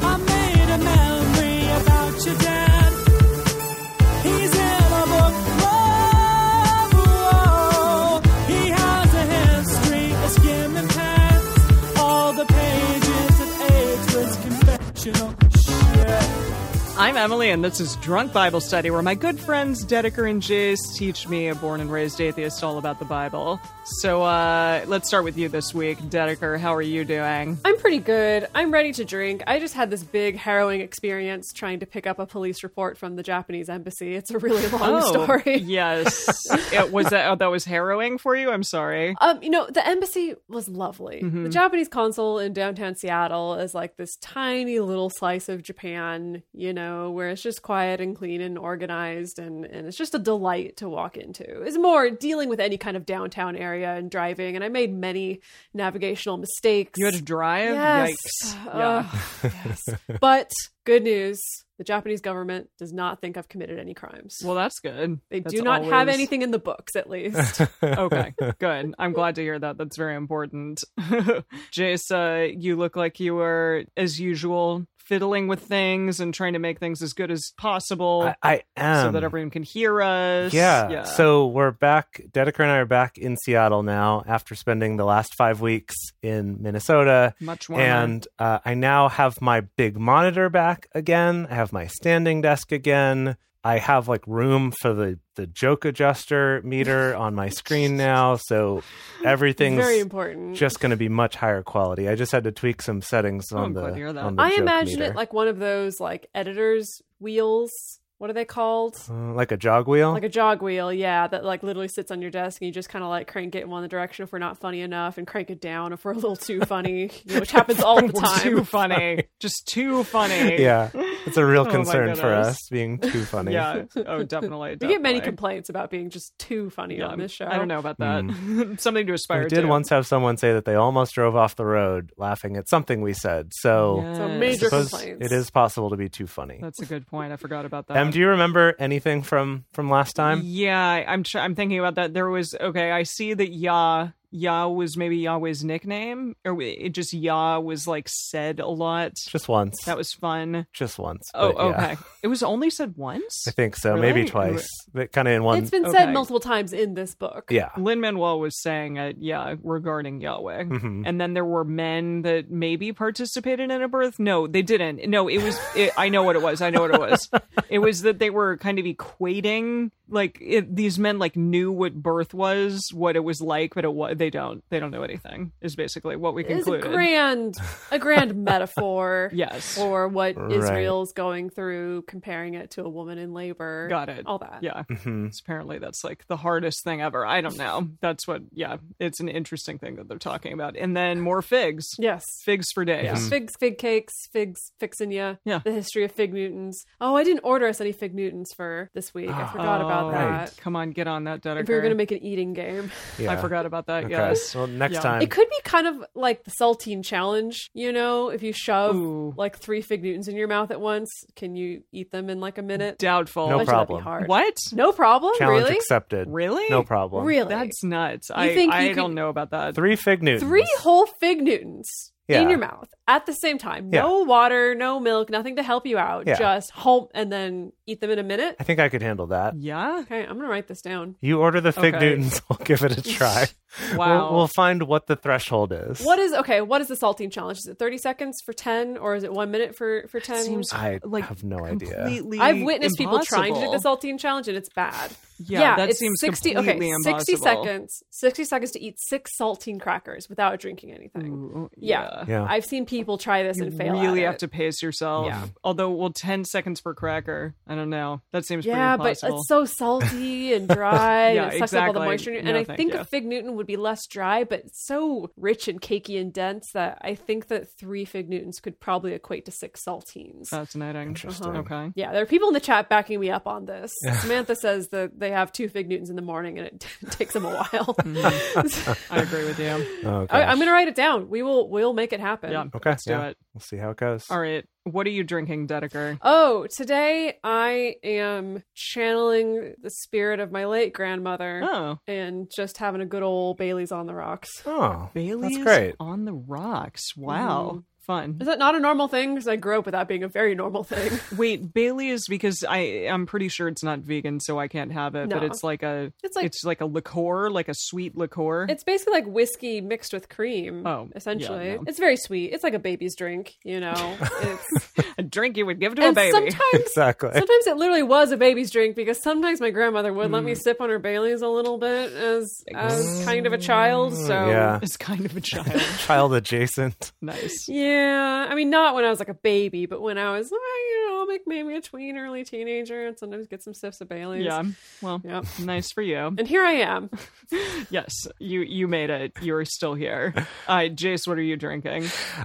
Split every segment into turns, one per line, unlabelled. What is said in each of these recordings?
I made a memory about your dad. He's in a book club. He has a history of skimming past all the pages of Edward's confessional shit.
I'm Emily, and this is Drunk Bible Study, where my good friends Dedeker and Jace teach me, a born and raised atheist, all about the Bible. So uh, let's start with you this week, Dedeker. How are you doing?
I'm pretty good. I'm ready to drink. I just had this big harrowing experience trying to pick up a police report from the Japanese embassy. It's a really long
Oh.
Oh,
story.
yes. it was that. Oh, that was harrowing for you. I'm sorry.
Um, you know, the embassy was lovely.
Mm-hmm.
The Japanese consul in downtown Seattle is like this tiny little slice of Japan, you know, where it's just quiet and clean and organized and, and it's just a delight to walk into. It's more dealing with any kind of downtown area and driving, and I made many navigational mistakes.
You had to drive.
Yes.
Yikes.
Ugh, yes. But good news the Japanese government does not think I've committed any crimes.
Well, that's good.
they
That's
do not have
always-
anything in the books, at least.
okay, good. I'm glad to hear that. That's very important. Jace, uh, you look like you were, as usual, fiddling with things and trying to make things as good as possible.
I, I am.
so that everyone can hear us.
yeah. So we're back. Dedeker and I are back in Seattle now after spending the last five weeks in Minnesota.
much more.
And uh, I now have my big monitor back again. I have my standing desk again. I have like room for the, the joke adjuster meter on my screen now. So everything's
Very important.
just going to be much higher quality. I just had to tweak some settings
I'm
on, the,
glad to hear that.
on the
I
joke
imagine
meter.
it like one of those like editors wheels. What are they called?
Uh-huh.
Uh, like a jog wheel.
Like a jog wheel, yeah, that like literally sits on your desk and you just kind of like crank it in one direction if we're not funny enough and crank it down if we're a little too funny, you know, which happens all the
We're
time.
too funny. Just too funny.
yeah, it's a real
Oh my
concern for
goodness.
us being too funny.
Yeah. Oh, definitely.
We get many
definitely.
complaints about being just too funny
Yeah,
on this show.
I don't know about that. Something to aspire
Mm. We did
to.
once have someone say that they almost drove off the road laughing at something we said. So
Yes.
So
I
major
suppose
complaints.
it is possible to be too funny.
That's a good point. I forgot about that.
Em, do you remember anything from from last time?
Yeah, I- I'm tr- I'm thinking about that. There was okay. I see that Yah Yah was maybe Yahweh's nickname, or w- it just Yah was like said a lot.
Just once.
That was fun.
just once.
Oh,
but yeah.
okay. It was only said once.
I think so.
Really?
Maybe twice. But kind of in one.
It's been
Okay.
said multiple times in this book.
yeah.
Lin Manuel was saying it, yeah, regarding Yahweh.
Mhm.
And then there were men that maybe participated in a birth. No, they didn't. No, it was. It, I know what it was. I know what it was. it was that they were kind of equating, like it, these men like knew what birth was, what it was like, but it was they don't. They don't know anything. Is basically what we
It's a
concluded.
grand, a grand metaphor
Yes.
for what
Right.
Israel's going through, comparing it to a woman in labor.
Got it.
All that.
Yeah.
Mhm.
It's apparently that's like the hardest thing ever. I don't know. That's what. Yeah. It's an interesting thing that they're talking about. And then more figs.
Yes.
Figs for days.
Yes. Figs, fig cakes, figs, fixin' ya.
Yeah.
The history of fig Newtons. Oh, I didn't order us any fig Newtons for this week. I forgot
Oh,
about that.
Come on, get on that, Dedeker.
If we were going to make an eating game,
yeah.
I forgot about that.
Okay.
Yes.
Well, next
Yeah.
time.
it could be kind of like the saltine challenge. You know, if you shove
Ooh.
like three fig Newtons in your mouth at once, can you eat them in like a minute?
Doubtful.
No
Imagine that'd be
problem.
hard.
What?
No problem.
Challenge
really?
accepted.
Really?
No problem.
Really?
That's nuts. I
think you
I
could-
don't know about that.
Three fig Newtons.
three whole fig newtons in
Yeah.
your mouth at the same time.
Yeah.
No water, no milk, nothing to help you out.
Yeah.
Just home and then eat them in a minute.
I think I could handle that.
Yeah.
Okay, I'm gonna write this down.
You order the fig
Okay.
Newtons. We'll give it a try.
Wow.
We'll, we'll find what the threshold is.
What is okay? What is the saltine challenge? Is it 30 seconds for 10, or is it one minute for for 10?
seems
I
like
have no idea.
completely
I've witnessed people trying to do the
impossible.
saltine challenge and it's bad.
Yeah, that
it's
seems
60 okay
completely
sixty
impossible.
seconds sixty seconds to eat six saltine crackers without drinking anything.
Ooh,
Yeah.
Yeah.
I've seen people try this
You
and fail.
really
at
have
it.
to pace yourself.
Yeah.
Although, well, ten seconds per cracker. I don't know. That seems pretty
Yeah, but
impossible.
it's so salty and dry
Yeah,
and it sucks up all the
exactly.
moisture. And
No,
I
thank
think
you.
a fig Newton would be less dry, but it's so rich and cakey and dense that I think that three fig Newtons could probably equate to six saltines.
Fascinating.
Interesting.
Okay.
yeah, there are people in the chat backing me up on this. Samantha says that they have two fig Newtons in the morning and it takes them a while.
I agree with you.
Oh,
I, I'm
gosh.
going to write it down. We will we'll make it happen.
Yeah.
Okay.
Let's do
yeah.
it.
We'll see how it goes.
All right. What are you drinking, Dedeker?
Oh, today I am channeling the spirit of my late grandmother.
Oh,
and just having a good old Bailey's on the rocks.
Oh,
Bailey's
that's great.
on the rocks. Wow.
Mm-hmm.
Fun.
Is that not a normal thing? Because I grew up with that being a very normal thing.
Wait, Bailey's because I I'm pretty sure it's not vegan, so I can't have it. But
No.
it's like a
It's like-
it's like a liqueur, like a sweet liqueur.
It's basically like whiskey mixed with cream.
Oh,
essentially,
yeah, no.
it's very sweet. It's like a baby's drink, you know. It's
a drink you would give to a
and
baby.
sometimes.
Exactly.
Sometimes it literally was a baby's drink because sometimes my grandmother would let me
Mm.
sip on her Bailey's a little bit as as kind of a child. So
Mm, yeah.
It's kind of a child.
Child adjacent.
nice.
Yeah, I mean, not when I was like a baby, but when I was, well, you know, like maybe a tween, early teenager, and sometimes get some sips of Bailey's.
Yeah. Well,
Yep.
nice for you.
And here I am.
Yes, you you made it. You're still here. Uh, Jace, what are you drinking?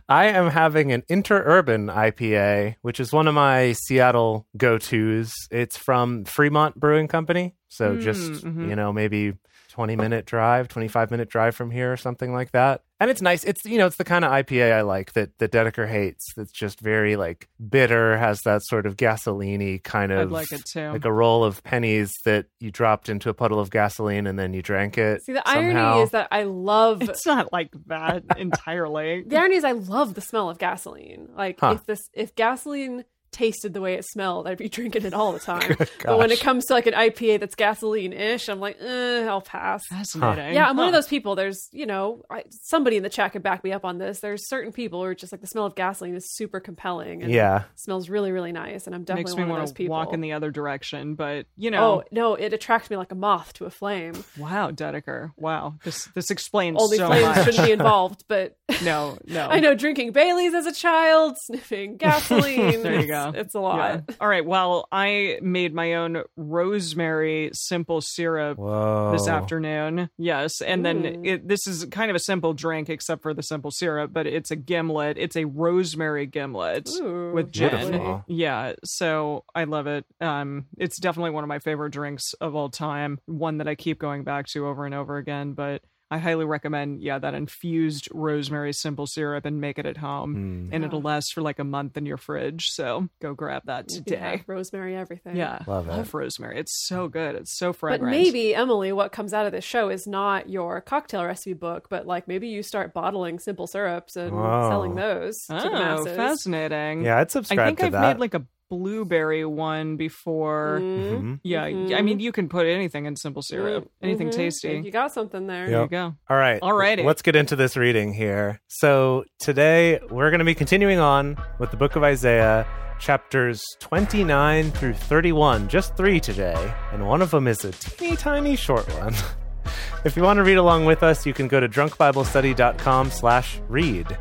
I am having an interurban IPA, which is one of my Seattle go tos. It's from Fremont Brewing Company. So just,
mhm.
you know, maybe 20 minute drive, 25 minute drive from here or something like that. And it's nice. It's, you know, it's the kind of IPA I like that, that Dedeker hates. That's just very like bitter, has that sort of gasoline kind of
I'd like it too.
like a roll of pennies that you dropped into a puddle of gasoline and then you drank it.
See, the
somehow.
irony is that I love
it's not like that entirely.
the irony is I love the smell of gasoline. Like
Huh.
if this if gasoline tasted the way it smelled, I'd be drinking it all the time. but when it comes to like an IPA that's gasoline-ish, I'm like, eh, I'll pass.
Fascinating.
Yeah, I'm one of
Huh.
those people. There's, you know, I, somebody in the chat could back me up on this. There's certain people who are just like the smell of gasoline is super compelling. And
yeah.
smells really, really nice, and I'm definitely
Makes me
one of
want
those
to
people.
walk in the other direction, but you know,
Oh no! It attracts me like a moth to a flame.
Wow, Dedeker. Wow. This this explains
Only
so
flames
much.
shouldn't be involved, but
No, no.
I know drinking Bailey's as a child, sniffing gasoline.
There you
It's-
go.
It's a
Yeah.
lot.
All right. Well, I made my own rosemary simple syrup
Whoa.
this afternoon. Yes. And
Ooh.
then it, this is kind of a simple drink except for the simple syrup, but it's a gimlet. It's a rosemary gimlet
Ooh,
with gin.
Hmm.
Beautiful.
Yeah. So I love it. Um, it's definitely one of my favorite drinks of all time, one that I keep going back to over and over again. But I highly recommend, yeah, that infused rosemary simple syrup and make it at home.
Mm.
And
Yeah.
it'll last for like a month in your fridge. So go grab that
Yeah,
today.
rosemary everything.
Yeah. Oh,
Love it.
rosemary. It's so good. It's so
But
fragrant.
maybe Emily, what comes out of this show is not your cocktail recipe book, but like maybe you start bottling simple syrups and
Wow.
selling those to the
Oh,
masses.
fascinating.
Yeah, I'd
I
subscribe
think
to
I've
that.
made like a blueberry one before.
Mhm.
Mhm.
Yeah. I mean, you can put anything in simple syrup,
Mhm.
anything
Mhm.
tasty.
You got something there.
There
Yep.
you go.
All right.
Alrighty.
Let's get into this reading here. So today we're going to be continuing on with the book of Isaiah, chapters 29 through 31, just three today. And one of them is a teeny tiny short one. If you want to read along with us, you can go to drunkbiblestudy.com slash read.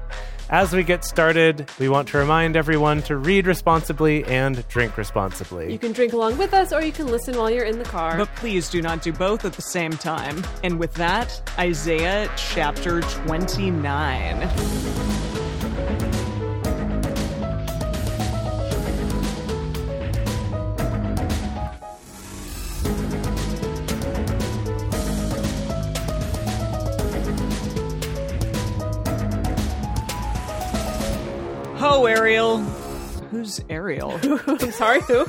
As we get started, we want to remind everyone to read responsibly and drink responsibly.
You can drink along with us, or you can listen while you're in the car.
But please do not do both at the same time. And with that, Isaiah chapter 29. Ho, Ariel. Who's Ariel?
I'm sorry, who?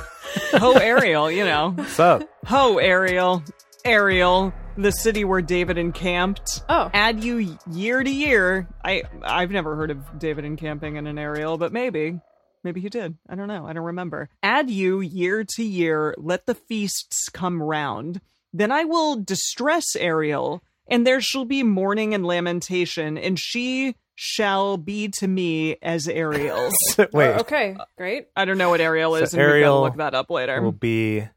Ho, Ariel, you know.
What's up?
Ho, Oh, Ariel. Ariel, the city where David encamped.
Oh.
Add you year to year. I I've never heard of David encamping in an Ariel, but maybe. Maybe he did. I don't know. I don't remember. Add you year to year, let the feasts come round. Then I will distress Ariel, and there shall be mourning and lamentation, and she shall be to me as Ariel.
Wait.
Okay, great.
I don't know what Ariel is, and we've got to
Ariel
look that up later.
will be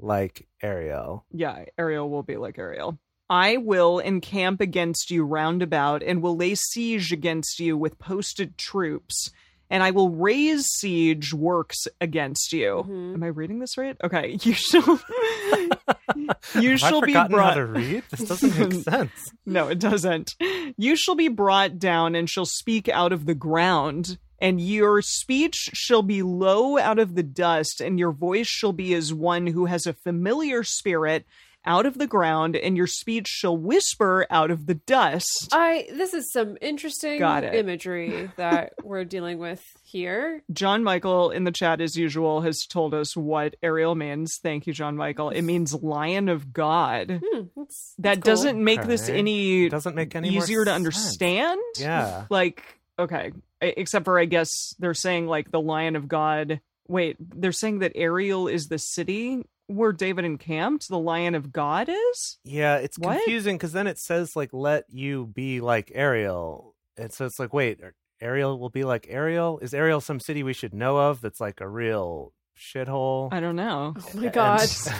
like Ariel.
Yeah, Ariel will be like Ariel. I will encamp against you roundabout and will lay siege against you with posted troops, and I will raise siege works against you.
Mhm.
Am I reading this right? Okay, you shall. you
Have I
shall be
forgotten how
brought.
to read. This doesn't make sense.
No, it doesn't. You shall be brought down and shall speak out of the ground, and your speech shall be low out of the dust, and your voice shall be as one who has a familiar spirit out of the ground, and your speech shall whisper out of the dust.
I this is some interesting
Got it.
imagery that we're dealing with here.
John Michael in the chat, as usual, has told us what Ariel means. Thank you, John Michael. It means lion of God.
Hmm, that's-
That
that's cool.
doesn't make this
Okay.
any
It doesn't make any more
easier to
sense.
understand.
Yeah.
like okay E- except for i guess they're saying like the lion of god wait they're saying that ariel is the city where david encamped the lion of god is
Yeah, it's
What?
confusing because then it says like let you be like Ariel. And so it's like, wait, are- Ariel will be like Ariel? Is Ariel some city we should know of that's like a real shithole?
i don't know
Oh my god.
a shit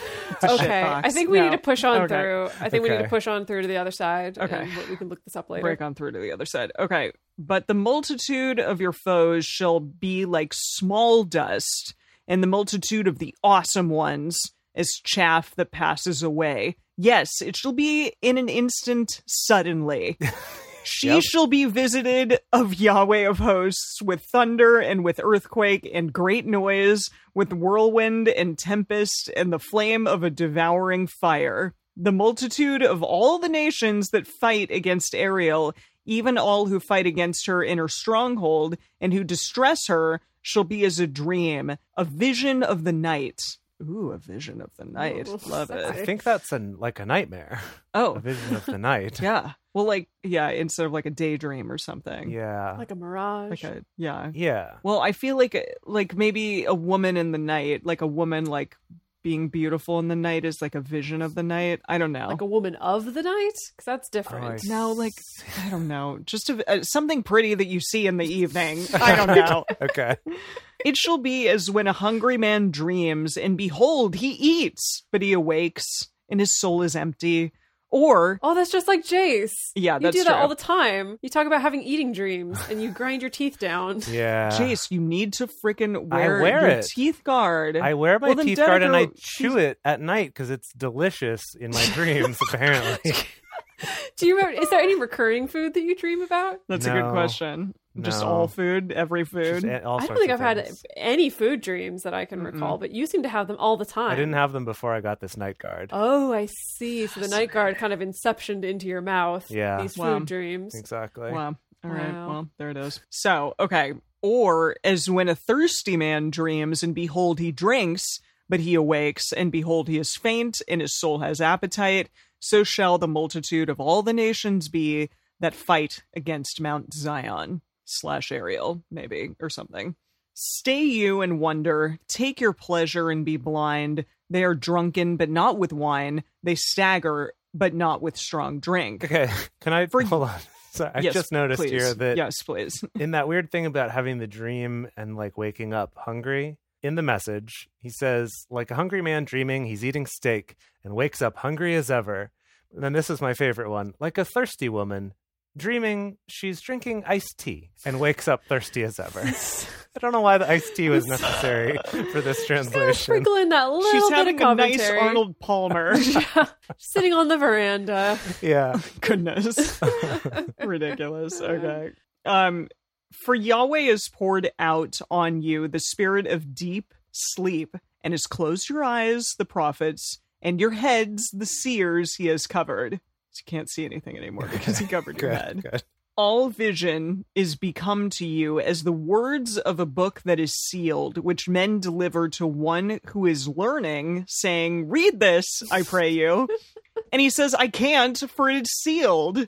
okay,
box.
I think we
No.
need to push on
Okay.
through. I think we need to
Okay.
push on through to the other side.
Okay.
and we- we can look this up later.
break on through to the other side okay but the multitude of your foes shall be like small dust and the multitude of the awesome ones is chaff that passes away yes it shall be in an instant suddenly She
Yep.
shall be visited of Yahweh of hosts with thunder and with earthquake and great noise, with whirlwind and tempest and the flame of a devouring fire. The multitude of all the nations that fight against Ariel, even all who fight against her in her stronghold and who distress her, shall be as a dream, a vision of the night. Ooh, a vision of the night.
Ooh,
Love
sexy.
it.
I think that's an like a nightmare.
Oh,
a vision of the night.
yeah. Well, like, yeah, instead of like a daydream or something.
Yeah.
like a
Like
mirage.
uh, a, yeah.
yeah.
Well, I feel like uh, like maybe a woman in the night, like a woman like being beautiful in the night is like a vision of the night. I don't know.
Like a woman of the night, because that's
Oh,
different.
I
no, like
see.
I don't know. Just a, uh, something pretty that you see in the evening. I don't know.
Okay.
it shall be as when a hungry man dreams and behold he eats, but he awakes and his soul is empty. Or
Oh, that's just like Jace.
yeah,
you
that's
do that
true.
all the time. You talk about having eating dreams and you grind your teeth down.
Yeah.
Chase, you need to freaking wear,
Ah. wear
your
it.
teeth guard.
I wear my
Well, then
teeth guard and I
Dedeker-
chew it at night because it's delicious in my dreams, apparently.
Do you remember? Is there any recurring food that you dream about?
That's a good
No.
question. Just
No.
all food, every food.
Just a- all
I don't
sorts
think I've
of
had
things.
any food dreams that I can recall, but you seem to have them all the time.
I didn't have them before I got this night guard.
Oh, I see. So the night guard kind of inceptioned into your mouth.
Yeah.
These food
Wow.
dreams.
Exactly.
Wow. All right.
Wow.
Well, there it is. So, okay. Or as when a thirsty man dreams and behold he drinks, but he awakes and behold he is faint and his soul has appetite, so shall the multitude of all the nations be that fight against Mount Zion slash Ariel, maybe, or something. Stay you and wonder, take your pleasure and be blind. They are drunken, but not with wine. They stagger, but not with strong drink.
Okay. Can I
For-
hold on? Sorry, I
Yes,
just noticed
please.
here that
yes, please.
in that weird thing about having the dream and like waking up hungry, in the message, he says, like a hungry man dreaming, he's eating steak and wakes up hungry as ever. And then this is my favorite one like a thirsty woman dreaming she's drinking iced tea and wakes up thirsty as ever. I don't know why the iced tea was necessary for this
Gotta
translation.
Sprinkle in that little
She's
bit
having
of
a nice
commentary.
Arnold Palmer.
Sitting on the veranda.
Yeah.
Oh,
Goodness. Ridiculous. Okay. Um for Yahweh is poured out on you the spirit of deep sleep and has closed your eyes the prophets and your heads the seers he has covered. So you can't see anything anymore because he covered your head.
Good. Good.
all vision is become to you as the words of a book that is sealed, which men deliver to one who is learning, saying, Read this, I pray you. and he says, I can't, for it is sealed.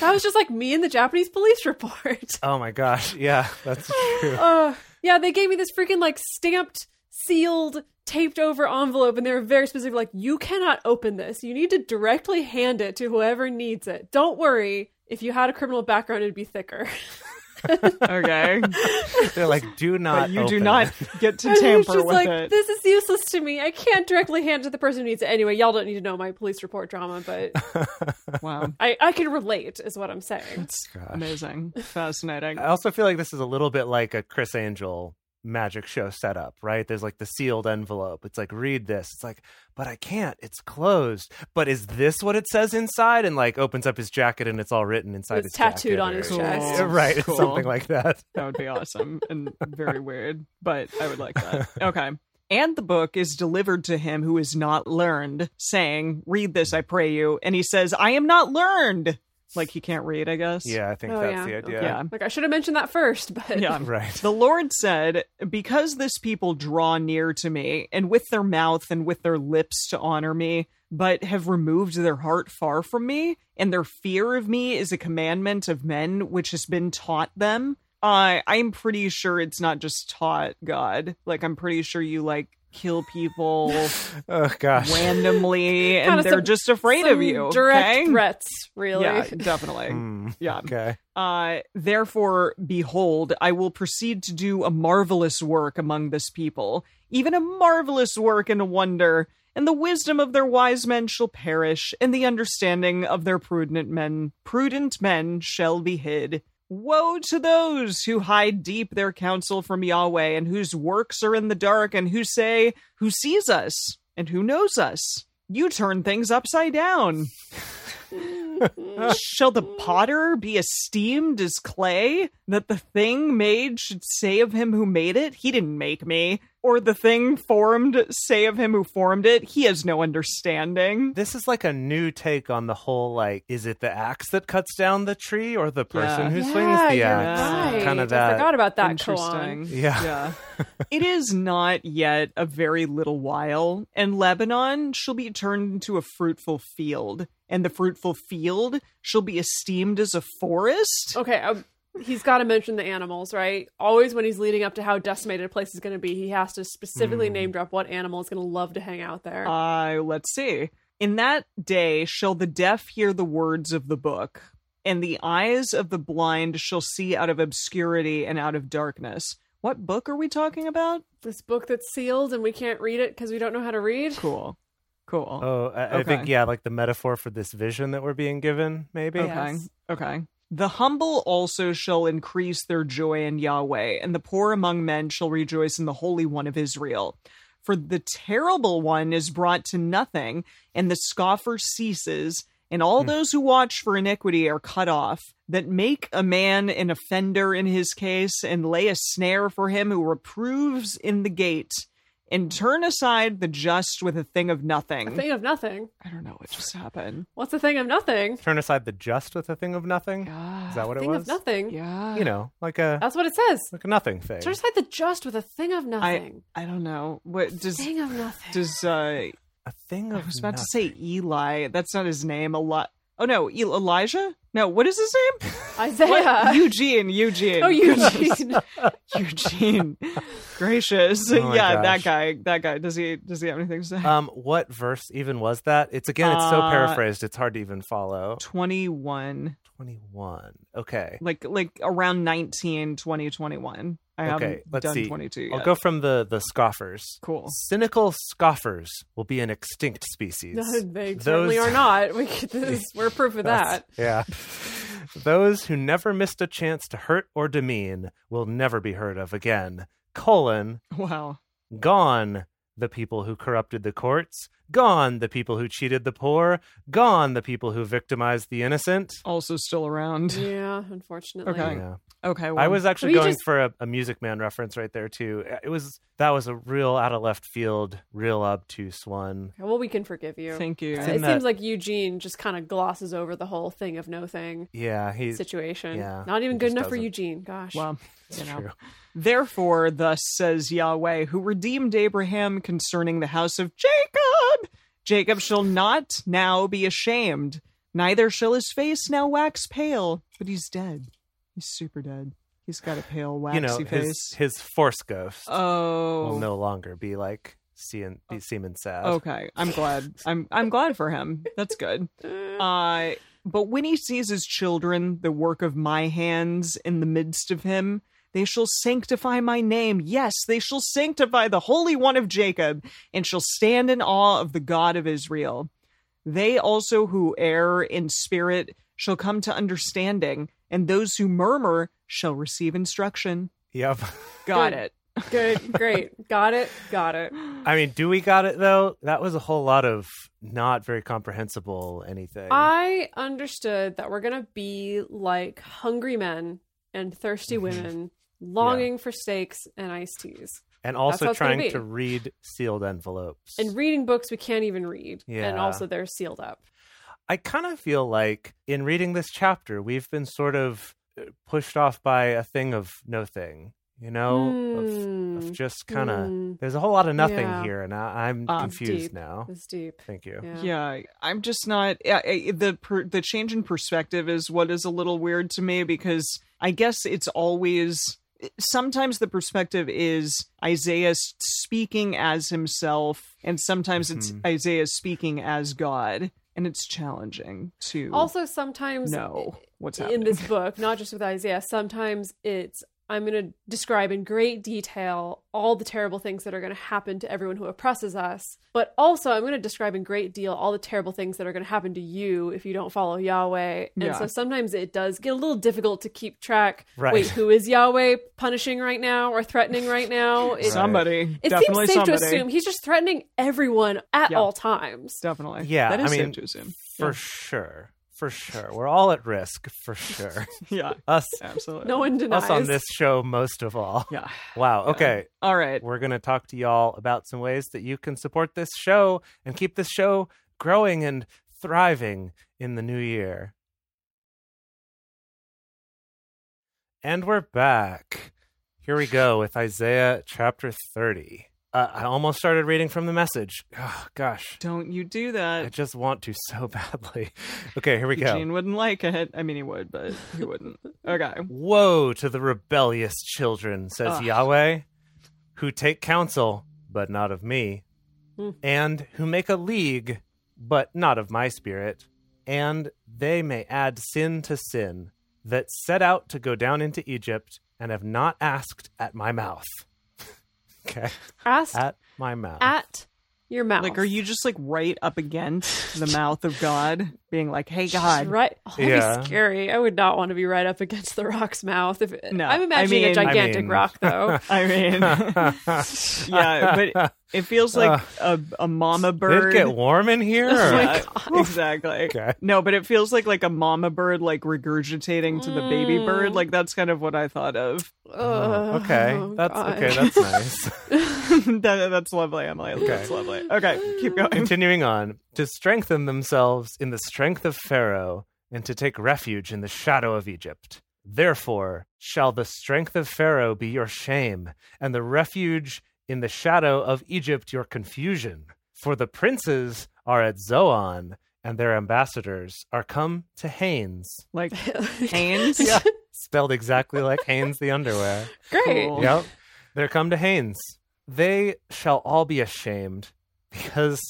That was just like me in the Japanese police report.
Oh my gosh. Yeah, that's true.
Uh, yeah, they gave me this freaking like stamped, sealed, taped over envelope, and they were very specific. Like, you cannot open this. You need to directly hand it to whoever needs it. Don't worry. If you had a criminal background, it'd be thicker.
Okay.
They're like, do not.
but you do
open
not
it.
get to
And he was
tamper
just
with
like,
it.
this is useless to me. I can't directly hand it to the person who needs it. Anyway, y'all don't need to know my police report drama, but
Wow.
I, I can relate, is what I'm saying.
That's
Gosh.
amazing. Fascinating.
I also feel like this is a little bit like a Chris Angel magic show setup, right? There's like the sealed envelope. It's like, read this. It's like, but I can't. It's closed. But is this what it says inside? And like opens up his jacket and it's all written inside
It's
his
tattooed
jacket
on
or-
his
Cool.
chest.
Yeah, Right. it's
Cool.
Something like that.
That would be awesome and very weird, but I would like that. Okay. And the book is delivered to him who is not learned, saying, Read this, I pray you. And he says, I am not learned. Like he can't read, I guess.
Yeah, I think
Oh,
that's
yeah.
the idea.
Yeah.
Like, I should have mentioned that first, but
Yeah.
Right.
The Lord said, Because this people draw near to me, and with their mouth and with their lips to honor me, but have removed their heart far from me, and their fear of me is a commandment of men which has been taught them. Uh, I'm pretty sure it's not just taught God. Like, I'm pretty sure you, like, kill people
Oh gosh.
randomly and
Kinda
they're
some-
just afraid
some
of you.
Direct
okay?
threats, really.
Yeah, definitely.
Hmm.
Yeah.
Okay.
Uh, therefore, behold, I will proceed to do a marvelous work among this people, even a marvelous work and a wonder. And the wisdom of their wise men shall perish, and the understanding of their prudent men, prudent men shall be hid. Woe to those who hide deep their counsel from Yahweh, and whose works are in the dark, and who say, Who sees us? And who knows us? You turn things upside down. Shall the potter be esteemed as clay? That the thing made should say of him who made it, He didn't make me. Or the thing formed say of him who formed it, He has no understanding.
This is like a new take on the whole like, is it the axe that cuts down the tree or the person
Yeah.
who
Yeah,
swings the
you're
axe?
Right.
Kind of
I
that.
forgot about that, Koan.
Interesting.
Yeah.
Yeah. it is not yet a very little while, and Lebanon shall be turned into a fruitful field, and the fruitful field shall be esteemed as a forest.
Okay, um, he's got to mention the animals, right? Always when he's leading up to how decimated a place is going to be, he has to specifically name drop what animal is going to love to hang out there.
Hmm. Uh, let's see. In that day shall the deaf hear the words of the book, and the eyes of the blind shall see out of obscurity and out of darkness. What book are we talking about?
this book that's sealed and we can't read it because we don't know how to read.
Cool. Cool.
Oh, I, I
Okay.
think yeah, like the metaphor for this vision that we're being given, maybe.
okay.
yes.
Okay. The humble also shall increase their joy in Yahweh, and the poor among men shall rejoice in the Holy One of Israel. For the terrible one is brought to nothing, and the scoffer ceases, and all those who watch for iniquity are cut off, that make a man an offender in his case, and lay a snare for him who reproves in the gate, and turn aside the just with a thing of nothing.
A thing of nothing.
I don't know what just happened.
What's a thing of nothing?
Turn aside the just with a thing of nothing. Is that what it
thing
was?
of nothing.
Yeah.
You know, like a
Oh.
That's what it says.
like a nothing thing.
Turn aside the just with a thing of nothing.
I don't know. What does
thing of nothing.
does uh
A thing
I
of
was about to say
nothing.
Eli. That's not his name. Eli Oh no, E- Elijah? No, what is his name?
Isaiah.
Eugene, Eugene.
oh, Eugene.
Eugene. Gracious.
Oh my
yeah, that
gosh.
guy. That guy. Does he does he have anything to say?
Um, what verse even was that? It's again, it's so
Uh,
paraphrased, it's hard to even follow.
21
Twenty-one. Okay,
like like around 19 20 21 i haven't
okay. Let's
done
see.
22 yet
I'll go from the the scoffers.
Cool.
Cynical scoffers will be an extinct species.
no, they certainly are not. We, this, we're proof of
That's-
that.
Yeah. Those who never missed a chance to hurt or demean will never be heard of again. Colon,
wow
gone the people who corrupted the courts, gone the people who cheated the poor, gone the people who victimized the innocent.
also still around
Yeah, unfortunately.
Okay.
Yeah.
okay well,
I was actually
Well, you
going
just-
for a, a Music Man reference right there too. It was that was a real out of left field, real obtuse one.
Well, we can forgive you.
thank you
It's
it
in that-
seems like Eugene just kind of glosses over the whole thing of no thing
Yeah, he's
situation.
yeah,
Not even
he
good
just
enough for
doesn't.
Eugene. Gosh.
well you know
true.
Therefore, thus says Yahweh, who redeemed Abraham concerning the house of Jacob Jacob shall not now be ashamed, neither shall his face now wax pale. But he's dead. He's super dead. He's got a pale, waxy
you know his,
face.
his force ghost
oh.
will no longer be like seeing
Oh.
be seeming sad.
Okay, I'm glad. I'm I'm glad for him. That's good. Uh, But when he sees his children, the work of my hands, in the midst of him, they shall sanctify my name. Yes, they shall sanctify the Holy One of Jacob, and shall stand in awe of the God of Israel. They also who err in spirit shall come to understanding, and those who murmur shall receive instruction.
Yep.
Got
Good.
it.
Good, great. Got it, got it.
I mean, do we got it though? That was a whole lot of not very comprehensible anything.
I understood that we're going to be like hungry men and thirsty women longing for steaks and iced teas
and
how
also
it's gonna
trying
be.
to read sealed envelopes.
and reading books we can't even read. And
Yeah.
also they're sealed up.
I kind of feel like in reading this chapter, we've been sort of uh, pushed off by a thing of no thing, you know, of,
Mm.
of just kind of.
Mm.
There's a whole lot of nothing
Yeah.
here, and I, I'm
Um,
confused
deep.
now.
It's deep.
Thank you.
Yeah.
Yeah, I'm just not I, I, the per, the change in perspective is what is a little weird to me because I guess it's always sometimes the perspective is Isaiah speaking as himself and sometimes it's
Mhm.
Isaiah speaking as God and it's challenging to
Also, sometimes
know what's happening.
in this book, not just with Isaiah, sometimes it's I'm going to describe in great detail all the terrible things that are going to happen to everyone who oppresses us, but also I'm going to describe in great deal all the terrible things that are going to happen to you if you don't follow Yahweh. And
Yeah.
so sometimes it does get a little difficult to keep track.
Right.
Wait, who is Yahweh punishing right now or threatening right now? It,
somebody
it seems
definitely
safe
somebody
to assume he's just threatening everyone at
Yeah.
all times.
definitely
Yeah,
that is
I mean,
safe to assume
For sure. For sure. We're all at risk, for sure.
yeah
us,
absolutely
No one denies.
us on this show, most of all.
yeah
Wow. Okay.
all right
We're going to talk to y'all about some ways that you can support this show and keep this show growing and thriving in the new year. And we're back. Here we go with Isaiah chapter 30. Uh, I almost started reading from the message. Oh, gosh.
don't you do
I
that
just want to so badly. Okay, here we go.
Eugene wouldn't like it. I mean, he would, but he wouldn't. Okay.
Woe to the rebellious children, says
Ugh.
Yahweh, who take counsel, but not of me,
Hmm.
and who make a league, but not of my spirit, and they may add sin to sin, that set out to go down into Egypt and have not asked at my mouth. okay.
Asked
At my mouth.
at your mouth.
Like, are you just like right up against the mouth of God, being like, "Hey,
Just
God"?
Right. Oh, that'd
Yeah.
be scary. I would not want to be right up against the rock's mouth. If
No,
I'm imagining
I
a
mean- I
gigantic
mean-
rock, though.
I mean, yeah, but it feels like a, a mama
Did it
bird.
get warm in here?
Yeah, exactly.
Okay.
No, but it feels like like a mama bird like regurgitating to the baby bird.
Mm.
Like that's kind of what I thought of.
Oh,
Ugh,
okay.
oh,
that's
God.
okay. That's nice.
that, that's lovely, Emily. That's
Okay.
lovely. Okay, keep going.
Continuing on, to strengthen themselves in the strength of Pharaoh and to take refuge in the shadow of Egypt. Therefore, shall the strength of Pharaoh be your shame, and the refuge in the shadow of Egypt your confusion. For the princes are at Zoan, and their ambassadors are come to Hanes,
Like Haynes.
spelled exactly like Hanes the underwear.
Great.
Cool.
Yep. They're come to Hanes. They shall all be ashamed because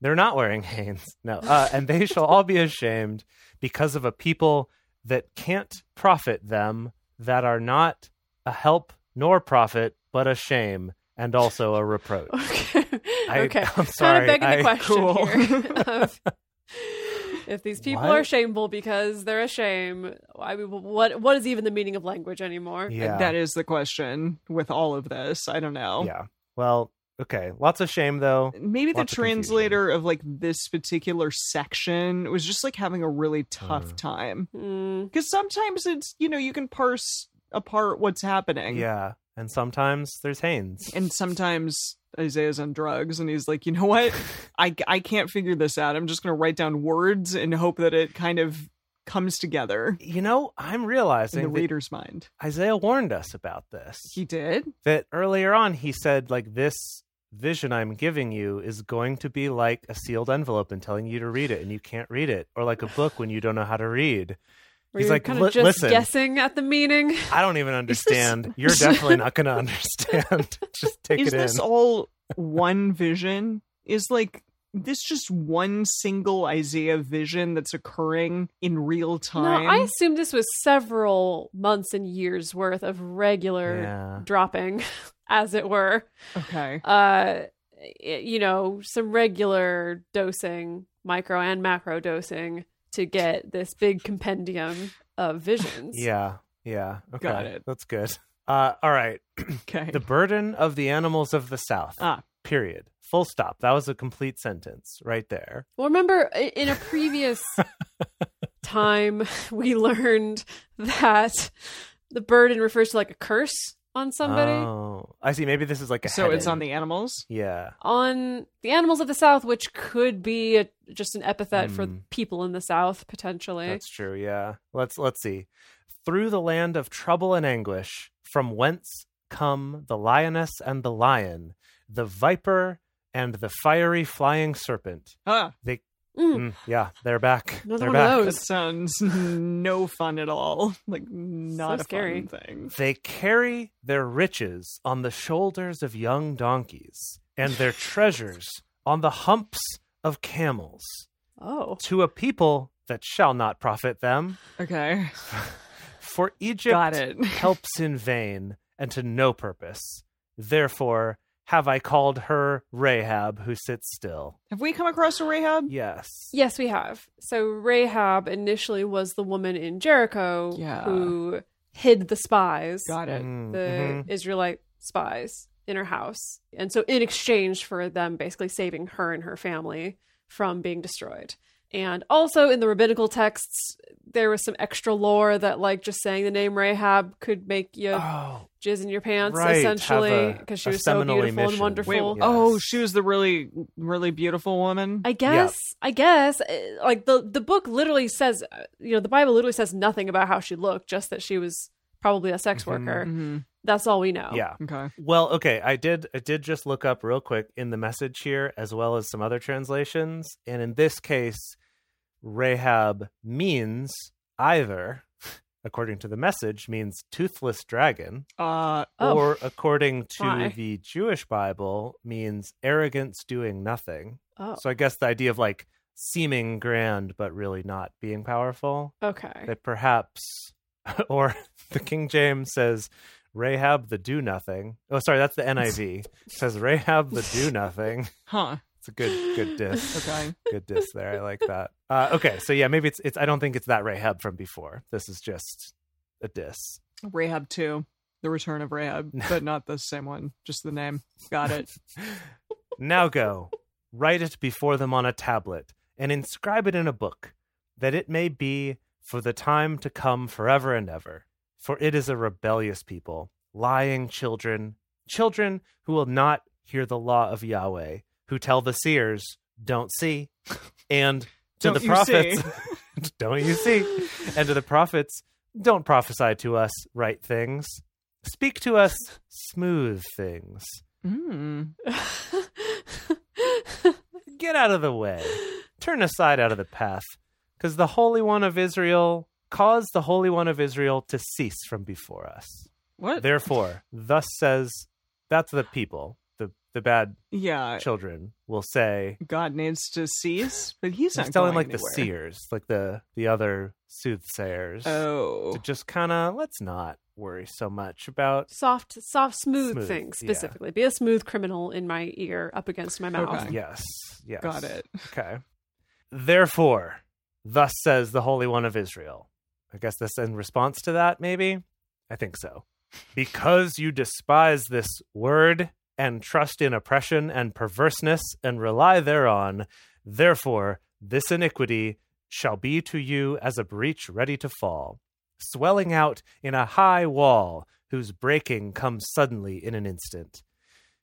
they're not wearing Hanes. No. Uh, and they shall all be ashamed because of a people that can't profit them, that are not a help nor profit, but a shame and also a reproach.
Okay.
I-
okay.
I'm sorry,
Kind of begging
I-
the question
cool.
here. of if these people
What?
are shameful because they're a shame, I mean, what what is even the meaning of language anymore?
Yeah.
That is the question with all of this. I don't know.
yeah. Well, okay. Lots of shame, though.
maybe the
Lots of confusion.
translator of like this particular section was just like having a really
Uh.
tough time
Mm,
because sometimes it's you know you can parse apart what's happening
Yeah. And sometimes there's Hanes.
and sometimes isaiah's on drugs and he's like you know what i i can't figure this out i'm just gonna write down words and hope that it kind of comes together
You know, I'm
in the
realizing that
reader's mind
Isaiah warned us about this.
he did
that earlier on he said like this vision i'm giving you is going to be like a sealed envelope and telling you to read it and you can't read it or like a book when you don't know how to read
were
He's
you
like,
kind of
"Li-
just
listen."
guessing at the meaning.
i don't even understand you're definitely not going to understand just take
is
it in
this all one vision is like this just one single Isaiah vision that's occurring in real time.
No, I assume this was several months and years worth of regular
Yeah.
dropping, as it were.
okay.
Uh, it- you know, some regular dosing, micro and macro dosing, to get this big compendium of visions.
Yeah. Yeah. Okay.
Got it.
That's good. Uh, all right.
Okay.
The burden of the animals of the South.
Ah.
Period. Full stop. That was a complete sentence right there.
Well, remember i- in a previous time we learned that the burden refers to like a curse on somebody.
Oh, I see. Maybe this is like a.
so it's
heading.
on the animals.
Yeah.
on the animals of the South, which could be a, just an epithet for
Mm.
people in the South potentially.
That's true. Yeah. Let's let's see. Through the land of trouble and anguish, from whence come the lioness and the lion, the viper and the fiery flying serpent.
Ah,
Mm.
Mm, yeah, they're back.
Another
they're
one of
back.
those.
that sounds no fun at all. Like not a
scary.
fun thing.
They carry their riches on the shoulders of young donkeys and their treasures on the humps of camels
Oh,
to a people that shall not profit them.
Okay.
For Egypt
Got it.
helps in vain and to no purpose. Therefore, have I called her Rahab who sits still.
Have we come across a Rahab?
Yes.
yes, we have. So Rahab initially was the woman in Jericho
Yeah.
who hid the spies,
Got it.
Mm,
the
mhm.
Israelite spies, in her house, and so in exchange for them basically saving her and her family from being destroyed. And also in the rabbinical texts, there was some extra lore that, like, just saying the name Rahab could make you
Oh,
jizz in your pants
Right, have
essentially
a-
because she
a
was so
seminal
beautiful
emission.
and
Wait.
wonderful
Yes.
Oh, she was the really, really beautiful woman.
i guess i guess uh, like the the book literally says uh, you know the bible literally says nothing about how she looked just that she was probably a sex
Mhm.
worker
hmm
that's all we know
yeah.
Okay.
Well, okay, I did I did just look up real quick in the message here as well as some other translations, and in this case Rahab means either according to the message means toothless dragon
Uh.
Oh.
or according to
My.
the Jewish Bible means arrogance doing nothing.
oh
So I guess the idea of like seeming grand but really not being powerful
okay
that perhaps or the King James says Rahab the do nothing. Oh sorry, that's the NIV. says Rahab the do nothing.
Huh.
It's a good good diss.
Okay.
Good diss there. I like that. Uh, okay, so yeah, maybe it's it's I don't think it's that Rahab from before. This is just a diss.
Rahab two. The return of Rahab, but not the same one. Just the name. Got it.
Now go, write it before them on a tablet, and inscribe it in a book, that it may be for the time to come forever and ever. For it is a rebellious people, lying children, children who will not hear the law of Yahweh, who tell the seers, don't see, and to
Don't
the
you
prophets, don't you see, and to the prophets, don't prophesy to us right things, speak to us smooth things. Hmm.
Mm.
Get out of the way. Turn aside out of the path, because the Holy One of Israel caused the Holy One of Israel to cease from before us.
What?
Therefore, thus says that's the people, the, the bad
yeah.
children will say.
God needs to cease, but he's not
He's telling
going
like
anywhere.
the seers, like the the other soothsayers,
Oh,
to just kind of let's not worry so much about.
soft soft smooth,
Smooth,
things
yeah.
specifically be a smooth criminal in my ear up against my mouth
Okay.
Yes, yes,
got it.
Okay. Therefore, thus says the Holy One of Israel. I guess that's in response to that, maybe? I think so. Because you despise this word and trust in oppression and perverseness and rely thereon, therefore, this iniquity shall be to you as a breach ready to fall, swelling out in a high wall, whose breaking comes suddenly in an instant.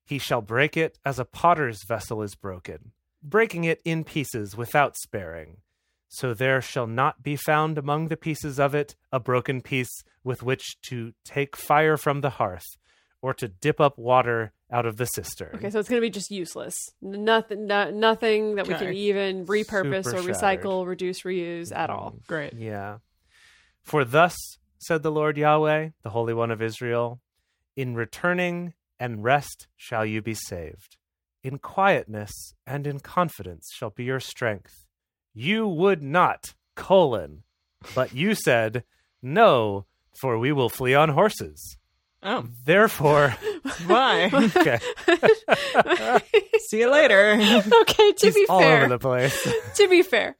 He shall break it as a potter's vessel is broken, breaking it in pieces without sparing. So there shall not be found among the pieces of it a broken piece with which to take fire from the hearth, or to dip up water out of the cistern.
Okay, so it's going to be just useless. N- Nothing, no, nothing that we can
Okay.
even repurpose
Super
or
shattered.
recycle, reduce, reuse at all.
Great.
Mm. Yeah. For thus said the Lord Yahweh, the Holy One of Israel, in returning and rest shall you be saved. In quietness and in confidence shall be your strength. You would not, colon, but you said, No, for we will flee on horses.
Oh,
Therefore,
bye.
okay,
See you later.
okay, to
he's
be
Mm-hmm. all
fair,
over the place.
to be fair,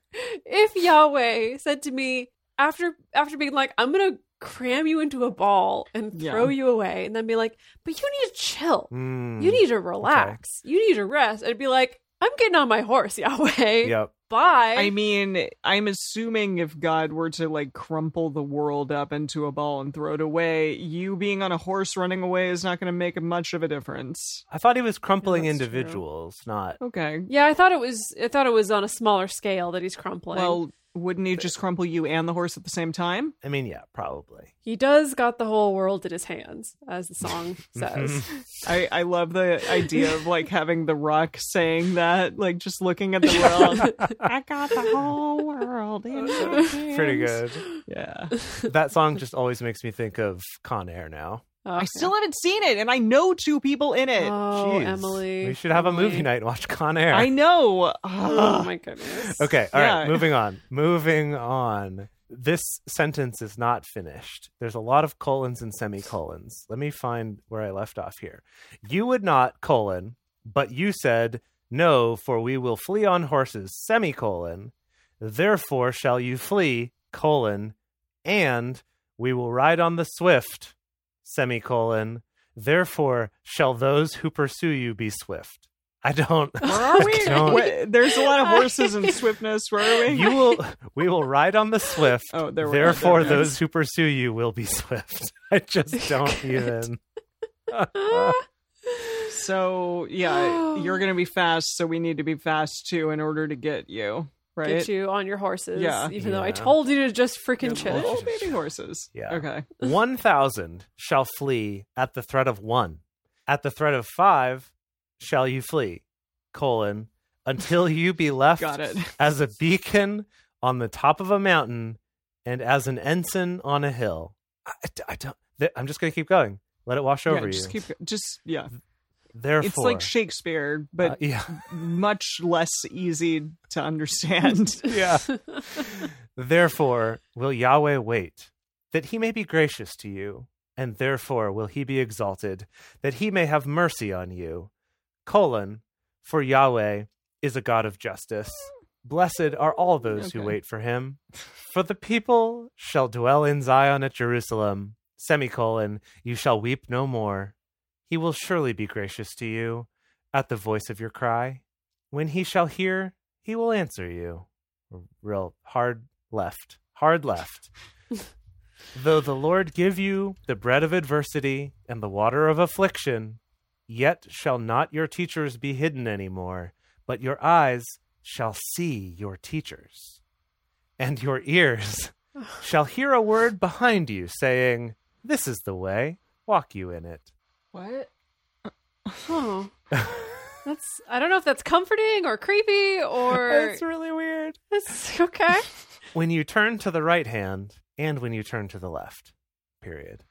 if Yahweh said to me after after being like, I'm gonna cram you into a ball and
Yeah.
throw you away, and then be like, but you need to chill,
Mm,
you need to relax, you need to rest, I'd be like, I'm getting on my horse, Yahweh.
Yep.
Bye.
I mean, I'm assuming if God were to like crumple the world up into a ball and throw it away, you being on a horse running away is not going to make much of a difference.
I thought he was crumpling
that's true.
individuals, not
Okay.
yeah, I thought it was. I thought it was on a smaller scale that he's crumpling.
Well, wouldn't he just crumple you and the horse at the same time?
I mean, yeah, probably.
he does got the whole world in his hands, as the song says.
I, I love the idea of like having The Rock saying that, like just looking at the world. I got the whole world in my hands.
Pretty good.
Yeah.
that song just always makes me think of Con Air now.
Oh,
I still haven't seen it, and I know two people in it.
Oh,
Jeez.
Emily.
We should have a movie night and watch Con Air.
I know.
Oh
Ugh.
my goodness.
Okay, all right.
Yeah.
moving on. Moving on. This sentence is not finished. There's a lot of colons and semicolons. Let me find where I left off here. You would not, colon, but you said, No, for we will flee on horses, semicolon. Therefore shall you flee, colon, and we will ride on the swift, semicolon. Therefore shall those who pursue you be swift. I don't.
Where are we?
I don't-
Wait, There's a lot of horses and swiftness. Where are we?
you will we will ride on the swift
Oh, there we-
therefore
there it
those
is.
who pursue you will be swift i just don't even
Ah.
so yeah, you're gonna be fast, so we need to be fast too in order to get you right.
get you on your horses.
Yeah.
Even though I
Yeah.
told you to just
Your
freaking chill.
Little baby horses.
Yeah.
Okay.
1000 shall flee at the threat of 1 at the threat of 5 shall you flee colon until you be left
Got it.
as a beacon on the top of a mountain and as an ensign on a hill i, I don't th- i'm just going to keep going let it wash over
yeah,
you
just keep. Just yeah.
therefore
It's like Shakespeare,
uh,
but
yeah
much less easy to understand.
yeah. therefore will Yahweh wait, that he may be gracious to you, and therefore will he be exalted, that he may have mercy on you. Colon, for Yahweh is a God of justice. Blessed are all those who
Okay.
wait for him. For the people shall dwell in Zion at Jerusalem. Semicolon, you shall weep no more. He will surely be gracious to you at the voice of your cry. When he shall hear, he will answer you. Real hard left, hard left. Though the Lord give you the bread of adversity and the water of affliction, yet shall not your teachers be hidden anymore, but your eyes shall see your teachers, and your ears shall hear a word behind you saying, This is the way, walk you in it.
What?
Oh. That's I don't know if that's comforting or creepy or
It's really weird.
That's- okay.
when you turn to the right hand and when you turn to the left period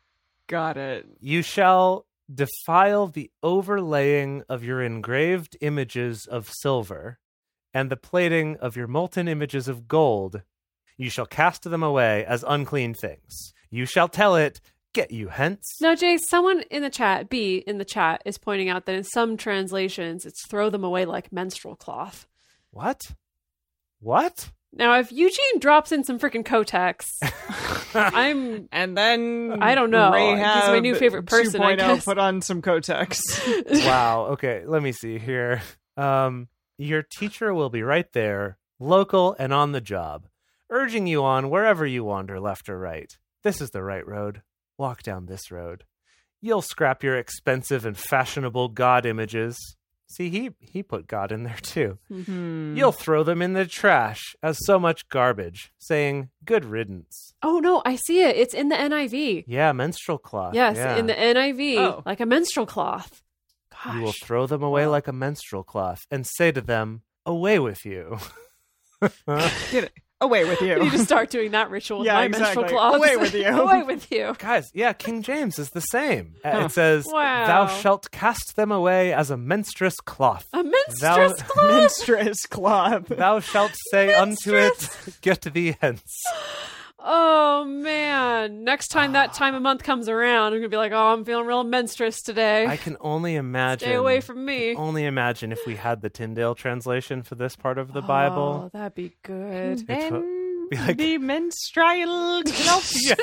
Got it.
you shall defile the overlaying of your engraved images of silver and the plating of your molten images of gold you shall cast them away as unclean things you shall tell it get you hence
Now, Jay, someone in the chat, B in the chat, is pointing out that in some translations it's throw them away like menstrual cloth.
what what
Now, if Eugene drops in some freaking Kotex, I'm
And then
I don't know. He's
Rahab
my new favorite person, I
2.0
guess.
put on some Kotex.
wow. Okay. Let me see here. Um, your teacher will be right there, local and on the job, urging you on wherever you wander, left or right. This is the right road. Walk down this road. You'll scrap your expensive and fashionable god images. See, he he put God in there too.
Hmm.
You'll throw them in the trash as so much garbage, saying "Good riddance."
Oh no, I see it. It's in the NIV.
Yeah, menstrual cloth.
Yes,
yeah.
in the NIV,
Oh.
like a menstrual cloth.
You will
Gosh.
throw them away like a menstrual cloth and say to them, Away with you.
Get it. away with you.
You just start doing that ritual with
Yeah,
my
exactly.
menstrual cloths.
Away with you.
Away with you.
Guys, yeah, King James is the same. Uh, It says,
Wow.
"Thou shalt cast them away as a menstruous cloth."
A
Thou-
menstruous cloth.
Menstruous club.
Thou shalt say unto it, "Get thee hence."
Oh man! Next time that time of month comes around, I'm gonna be like, "Oh, I'm feeling real menstruous today."
I can only imagine.
Stay away from me.
Only imagine if we had the Tyndale translation for this part of the
Oh,
Bible.
that'd be good.
It's what-
Men-
be like-
the menstrual clubs.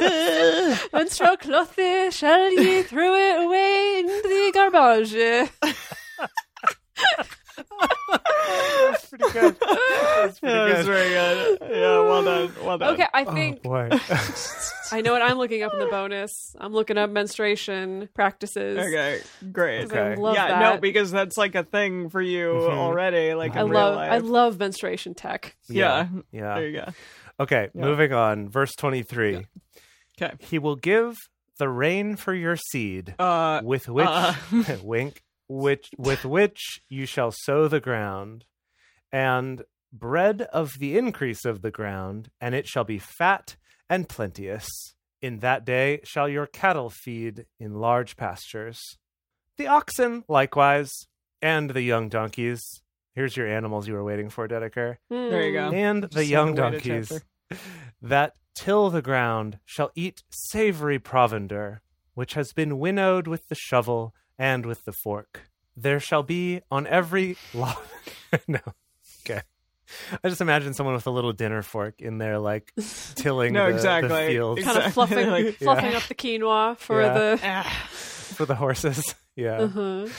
Menstrual cloth, shall ye throw it away in the garbage?
That's pretty good. That's pretty
That was
good.
very good. Yeah, well done. Well done.
Okay,
Oh,
I think
Boy.
I know what I'm looking up in the bonus. I'm looking up menstruation practices.
Okay, great.
'Cause I
Okay.
love
yeah,
that.
no, because that's like a thing for you already. Like
I
in
love
real life.
I love menstruation tech.
yeah.
Yeah.
There you go.
Okay, moving on. Verse 23.
Okay.
He will give the rain for your seed,
Uh,
with which
uh.
wink, which with which you shall sow the ground, and bread of the increase of the ground, and it shall be fat and plenteous. In that day shall your cattle feed in large pastures. The oxen likewise, and the young donkeys. Here's your animals you were waiting for, Dedeker
There you go.
Hmm.
and
Just
the
like
young
the way to
donkeys that till the ground shall eat savory provender, which has been winnowed with the shovel and with the fork. There shall be on every lot. no, okay. I just imagine someone with a little dinner fork in there, like tilling
No,
the, the
exactly.
fields
Kind of
Exactly.
fluffing
Like-
fluffing up the quinoa for
Yeah.
the
Ah,
for the horses. Yeah.
uh-huh.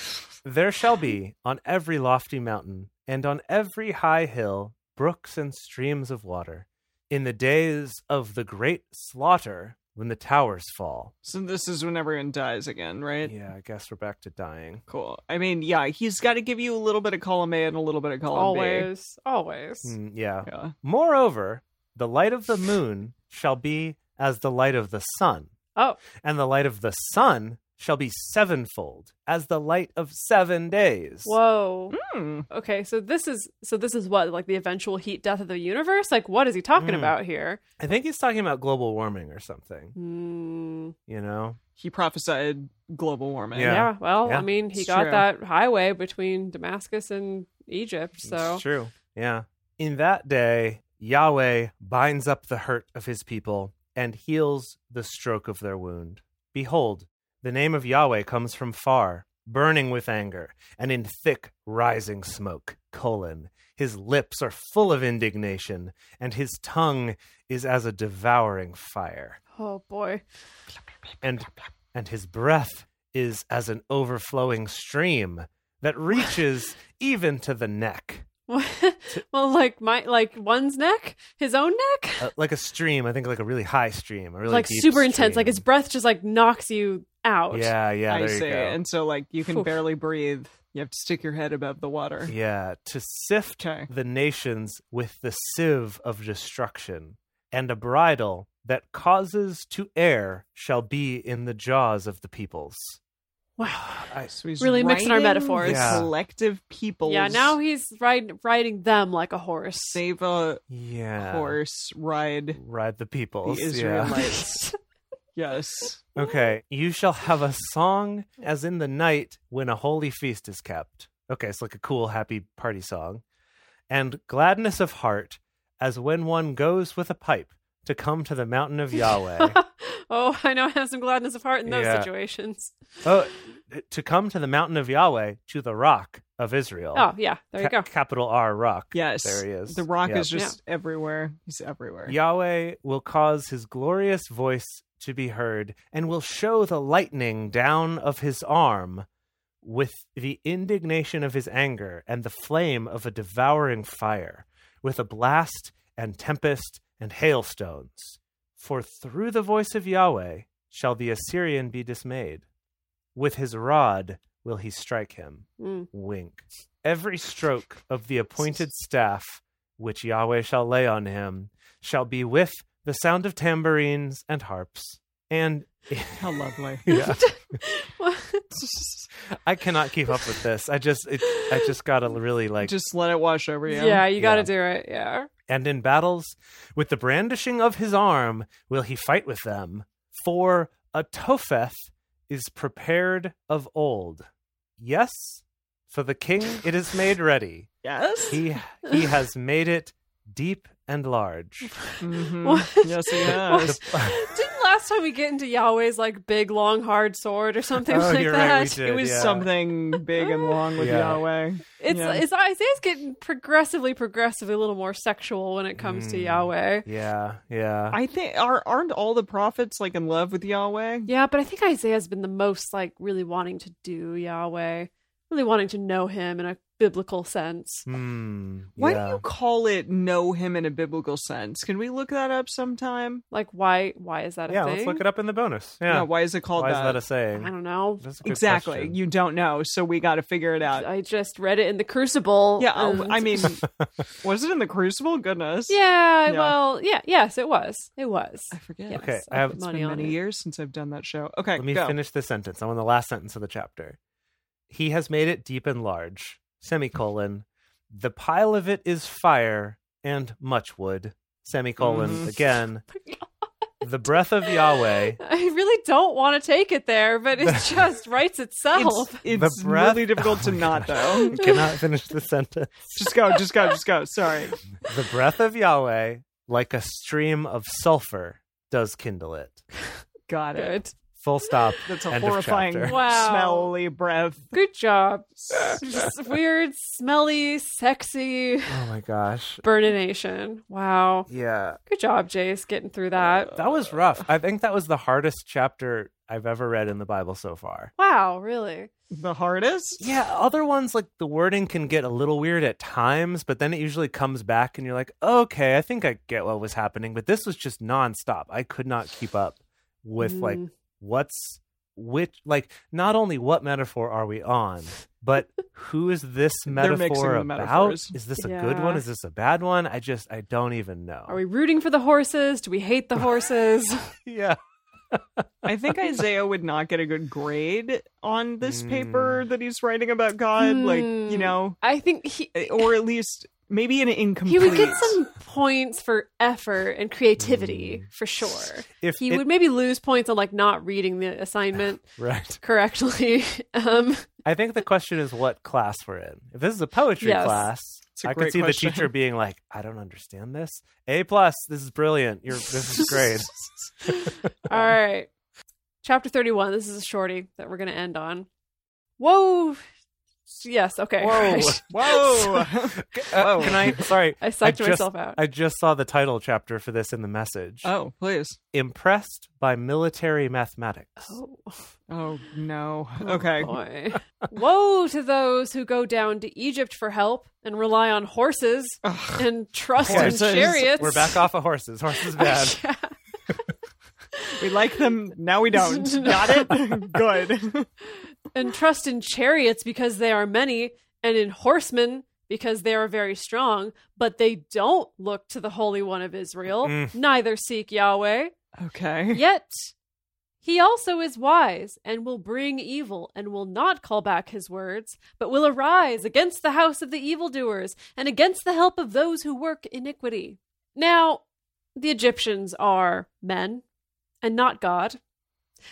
There shall be on every lofty mountain and on every high hill brooks and streams of water in the days of the great slaughter when the towers fall.
so this is when everyone dies again, right?
Yeah, I guess we're back to dying.
Cool. I mean, yeah, he's got to give you a little bit of column A and a little bit of column
always. Always.
Mm, yeah.
B. Yeah.
Moreover, the light of the moon shall be as the light of the sun,
Oh.
and the light of the sun shall be sevenfold as the light of seven days.
Whoa.
Hmm.
Okay, so this is so this is what like the eventual heat death of the universe. Like, what is he talking
Mm.
about here?
I think he's talking about global warming or something,
Hmm.
you know?
He prophesied global warming.
Yeah.
Yeah. well,
Yeah.
I mean, he
It's
got
true.
that highway between Damascus and Egypt. So
It's true. Yeah. In that day, Yahweh binds up the hurt of his people and heals the stroke of their wound. Behold, the name of Yahweh comes from far, burning with anger, and in thick rising smoke. Colon. His lips are full of indignation, and his tongue is as a devouring fire.
Oh boy.
And and his breath is as an overflowing stream that reaches even to the neck.
well, like my like one's neck, his own neck,
uh, like a stream. I think like a really high stream, a really
like
deep
super intense.
stream.
Like his breath just like knocks you out.
Yeah, yeah.
I
there you
see.
go.
And so, like, you can
Oof.
barely breathe. You have to stick your head above the water.
yeah, to sift
Okay.
the nations with the sieve of destruction, and a bridle that causes to err shall be in the jaws of the peoples.
Wow.
I,
So he's
Really mixing our
riding
metaphors.
the
Yeah.
Collective people.
Yeah. Now he's riding riding them like a horse.
save a
yeah,
horse ride
ride the peoples.
the
yeah.
Israelites. yes.
Okay. You shall have a song as in the night when a holy feast is kept. Okay, it's like a cool, happy party song. And gladness of heart as when one goes with a pipe to come to the mountain of Yahweh.
oh, I know. I have some gladness of heart in those
Yeah.
situations.
oh, to come to the mountain of Yahweh, to the rock of Israel.
Oh yeah. There you go.
Ca- Capital R, rock.
Yes.
There he is.
The rock
Yeah.
is just everywhere. He's everywhere.
Yahweh will cause his glorious voice to be heard and will show the lightning down of his arm with the indignation of his anger and the flame of a devouring fire, with a blast and tempest and hailstones. For through the voice of Yahweh shall the Assyrian be dismayed. With his rod will he strike him.
Mm.
Wink. Every stroke of the appointed staff which Yahweh shall lay on him shall be with the sound of tambourines and harps. And
How lovely.
yeah,
What?
I cannot keep up with this. I just, it, I just gotta really like.
Just let it wash over you.
yeah. You got to
Yeah.
do it. Yeah.
And in battles, with the brandishing of his arm, will he fight with them. For a Topheth is prepared of old. Yes, for the king it is made ready.
Yes.
He he has made it deep and large. Mm-hmm.
Mhm.
What?
Yes, he
What?
has.
Didn't last time we get into Yahweh's like big long hard sword or something
Oh,
like
you're
that?
right, we did.
It was
yeah.
something big and long with
Yeah.
Yahweh.
It's
Yeah.
it's Isaiah's getting progressively, progressively a little more sexual when it comes to
Mm.
Yahweh.
Yeah, yeah.
I think are aren't all the prophets like in love with Yahweh?
Yeah, but I think Isaiah's been the most like really wanting to do Yahweh, really wanting to know him in a biblical sense.
Hmm,
Why
yeah.
do you call it know him in a biblical sense? Can we look that up sometime?
Like why why is that a
Yeah,
thing?
let's look it up in the bonus.
Yeah,
Yeah.
why is it called
why is
that?
that a
I
saying?
don't know.
That's a good
exactly.
question.
You don't know, so we got to figure it out.
I just read it in the Crucible.
Yeah, oh,
and-
I
um,
mean, was it in the Crucible? Goodness. Yeah.
yeah, well, yeah, yes, it was. It was.
I forget.
Yes,
Okay,
I
I have-
put
It's
money
been
on
many
it.
years since I've done that show. Okay,
Let me
go.
finish the sentence. I'm on the last sentence of the chapter. He has made it deep and large. Semicolon. The pile of it is fire and much wood. Semicolon.
Mhm.
Again. The breath of Yahweh.
I really don't want to take it there, but it just writes itself.
It's, it's
breath-
really difficult
Oh
to
my
not
God.
though.
I cannot finish the sentence.
just go, just go, just go. Sorry.
The breath of Yahweh, like a stream of sulfur, does kindle it.
Got it.
Good.
Full stop.
That's a
End of
horrifying,
chapter.
Wow.
smelly breath.
Good job. Just weird, smelly, sexy
Oh my gosh.
burnination. Wow.
Yeah.
Good job, Jace, getting through
Uh,
that.
That was rough. I think that was the hardest chapter I've ever read in the Bible so far.
Wow, really?
The hardest?
Yeah, other ones like the wording can get a little weird at times, but then it usually comes back and you're like, "Okay, I think I get what was happening." But this was just nonstop. I could not keep up with like
Mm.
what's which like not only what metaphor are we on but who is this
They're mixing
metaphor
the
about
metaphors.
is this a good
Yeah.
one is this a bad one i just i don't even know
Are we rooting for the horses? Do we hate the horses?
yeah
I think Isaiah would not get a good grade on this
Mm.
paper that he's writing about God. Like, you
Mm.
know,
I think he
or at least maybe an incomplete.
he would get some points for effort and creativity for sure.
Mm. if
He
it-
would maybe lose points on like not reading the assignment
right
correctly. Um,
i think the question is what class we're in if this is a poetry
Yes.
class
It's a
I could
great
see
question.
the teacher being like, "I don't understand this." A plus, this is brilliant. You're this is great.
All right. Chapter 31. This is a shorty that we're going to end on. Whoa. Yes. Okay. Right.
Whoa.
Uh, can I? Sorry,
I psyched
just-
myself out.
I just saw the title chapter for this in the message.
oh, please.
Impressed by military mathematics.
Oh,
Oh, no.
oh,
okay.
boy. Woe to those who go down to Egypt for help and rely on horses
Ugh.
and trust
Horses.
in chariots.
We're back off of horses. Horses bad.
Yeah.
We like them. Now we don't. Got it? good.
And trust in chariots because they are many, and in horsemen because they are very strong, but they don't look to the Holy One of Israel,
Mm.
neither seek Yahweh.
Okay.
Yet he also is wise and will bring evil and will not call back his words, but will arise against the house of the evildoers and against the help of those who work iniquity. Now, the Egyptians are men and not God,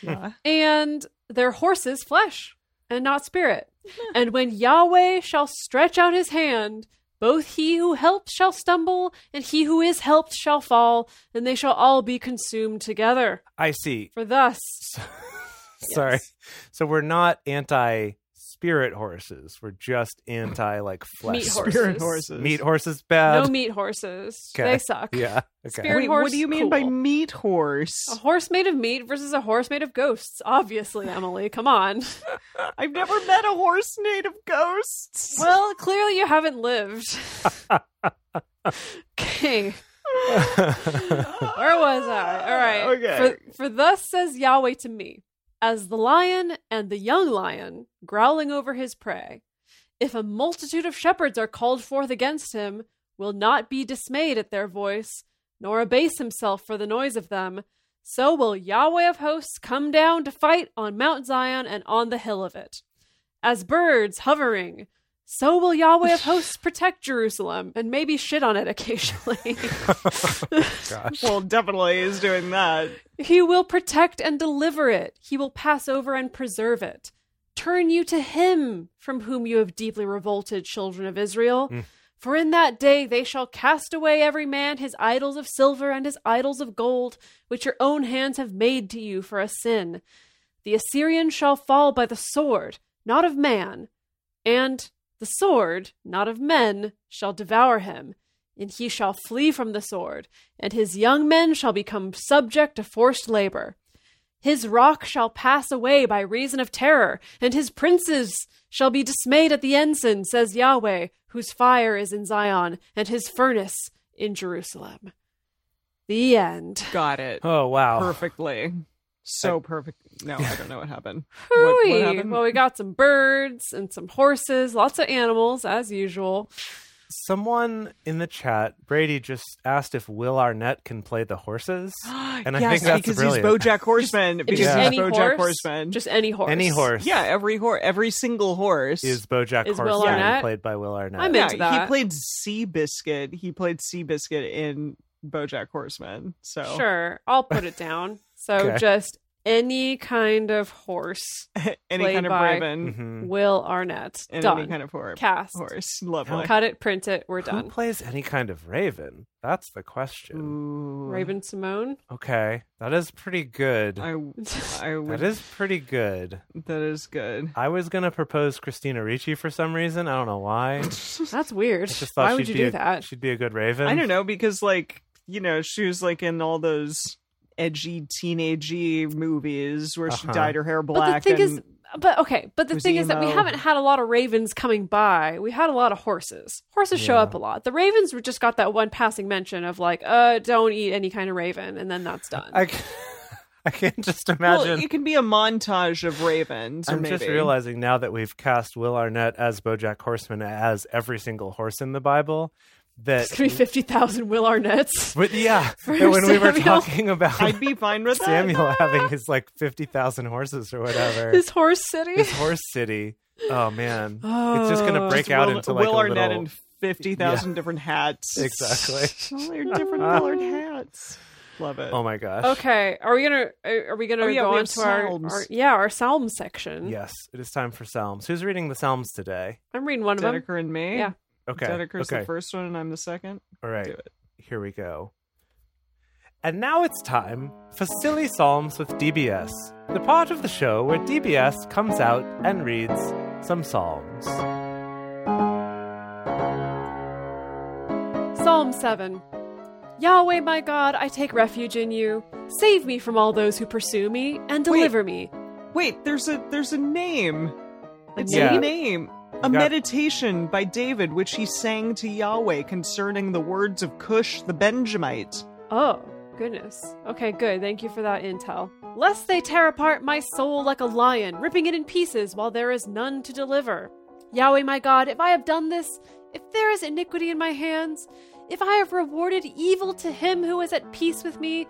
Yeah.
and their horses flesh and not spirit. and when Yahweh shall stretch out his hand, both he who helped shall stumble, and he who is helped shall fall, and they shall all be consumed together.
I see.
For thus,
So- Sorry. So we're not anti spirit horses. We're just anti like flesh.
Meat horses.
Spirit horses.
Meat horses bad.
no meat horses.
Okay.
They suck.
Yeah. Okay.
Spirit-
Wait, what
horse,
do you mean
cool. Oh.
by meat horse?
A horse made of meat versus a horse made of ghosts. Obviously, Emily, come on.
I've never met a horse made of ghosts.
Well, clearly you haven't lived. okay. Where was I? All right.
Okay.
For, for thus says Yahweh to me, as the lion and the young lion growling over his prey, if a multitude of shepherds are called forth against him, will not be dismayed at their voice, nor abase himself for the noise of them, so will Yahweh of hosts come down to fight on Mount Zion and on the hill of it. As birds hovering, so will Yahweh of hosts protect Jerusalem and maybe shit on it occasionally.
Gosh.
Well, definitely is doing that.
He will protect and deliver it. He will pass over and preserve it. Turn you to him from whom you have deeply revolted, children of Israel. For in that day they shall cast away every man his idols of silver and his idols of gold, which your own hands have made to you for a sin. The Assyrian shall fall by the sword, not of man, and the sword, not of men, shall devour him, and he shall flee from the sword, and his young men shall become subject to forced labor. His rock shall pass away by reason of terror, and his princes shall be dismayed at the ensign, says Yahweh, whose fire is in Zion, and his furnace in Jerusalem. The end.
Got it
Oh wow.
perfectly. So perfect. No, I don't know what happened. What, what
Hooey!
happened?
Well, we got some birds and some horses, lots of animals, as usual.
Someone in the chat, Brady, just asked if Will Arnett can play the horses, and I
yes,
think that's
because
brilliant.
he's BoJack Horseman. because
Just
he's
any
BoJack
horse.
Horseman.
Just any horse.
Any horse,
yeah, every horse, every single horse
is BoJack
Is Will
Horseman,
Arnett?
played by Will Arnett.
I'm
yeah,
into that.
he played Seabiscuit. He played Seabiscuit in BoJack Horseman. So
Sure, I'll put it down. So
Okay.
just any kind of horse.
any
Played
kind of
by-
Braven
Mhm.
Will Arnett.
and
done.
any kind of hor-
Cast.
horse. Lovely.
Cut it, print it. We're
Who
done.
plays any kind of raven? That's the question.
Ooh.
Raven Simone.
Okay, that is pretty good.
I, I would,
That is pretty good.
that is good.
I was gonna propose Christina Ricci for some reason. I don't know why. I
That's weird.
just thought
Why would
she'd
you
be
do
a,
that?
She'd be a good raven.
I don't know because like you know she was like in all those edgy teenagey movies where she
Uh-huh.
dyed her hair
But
black.
the thing
and
is, but okay. But the
was
thing is that we
emo.
haven't had a lot of ravens coming by. We had a lot of horses. Horses show
Yeah.
up a lot. The ravens were just got that one passing mention of like, uh, don't eat any kind of raven, and then that's done.
I, c- I can't just
well,
imagine.
it can be a montage of ravens. Or
I'm just
maybe.
realizing now that we've cast Will Arnett as BoJack Horseman as every single horse in the Bible. That,
it's gonna be fifty thousand Will Arnett's.
but yeah,
For
that when we were
Samuel.
talking about
I'd be fine with that.
Samuel having his like fifty thousand horses or whatever,
This horse city.
his horse city. Oh man, it's just gonna
Oh.
break
Just
out
Will,
into like
Will
a
Arnett
little.
in fifty thousand different hats.
Exactly.
All their different colored hats. Love it.
Oh my gosh.
Okay, are we gonna uh, are are we gonna
Oh, yeah,
go
we
on
have
to our,
psalms.
our- yeah our psalm section?
Mm-hmm.
Yes, it is time for Psalms. Who's reading the Psalms today?
I'm reading one of them.
Dedeker and me.
Yeah.
Okay.
Dedeker's
okay.
the first one, and I'm the second.
All right.
Do it.
Here we go. And now it's time for Silly Psalms with DBS, the part of the show where DBS comes out and reads some psalms.
Psalm 7 Yahweh, my God, I take refuge in you. Save me from all those who pursue me and deliver me.
Wait, there's a there's a name. It's
name?
a name. A
got-
meditation by David, which he sang to Yahweh concerning the words of Cush the Benjamite.
Oh, goodness. Okay, good. Thank you for that intel. Lest they tear apart my soul like a lion, ripping it in pieces while there is none to deliver. Yahweh, my God, if I have done this, if there is iniquity in my hands, if I have rewarded evil to him who is at peace with me,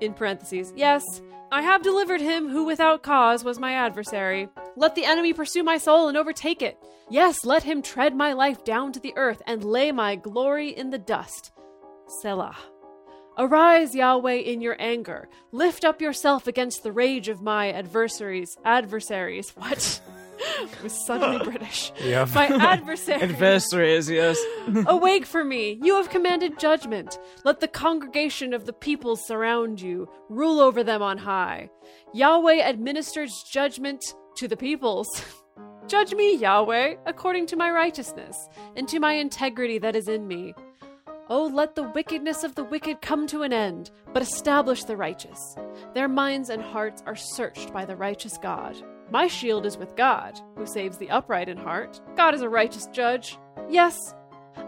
in parentheses, yes, I have delivered him who without cause was my adversary. Let the enemy pursue my soul and overtake it. Yes, let him tread my life down to the earth and lay my glory in the dust. Selah. Arise, Yahweh, in your anger. Lift up yourself against the rage of my adversaries. Adversaries. What? I was suddenly British.
Yep.
My adversaries.
Adversaries, yes.
Awake for me. You have commanded judgment. Let the congregation of the people surround you. Rule over them on high. Yahweh administers judgment to the peoples. Judge me, Yahweh, according to my righteousness and to my integrity that is in me. Oh, let the wickedness of the wicked come to an end, but establish the righteous. Their minds and hearts are searched by the righteous God. My shield is with God, who saves the upright in heart. God is a righteous judge. Yes,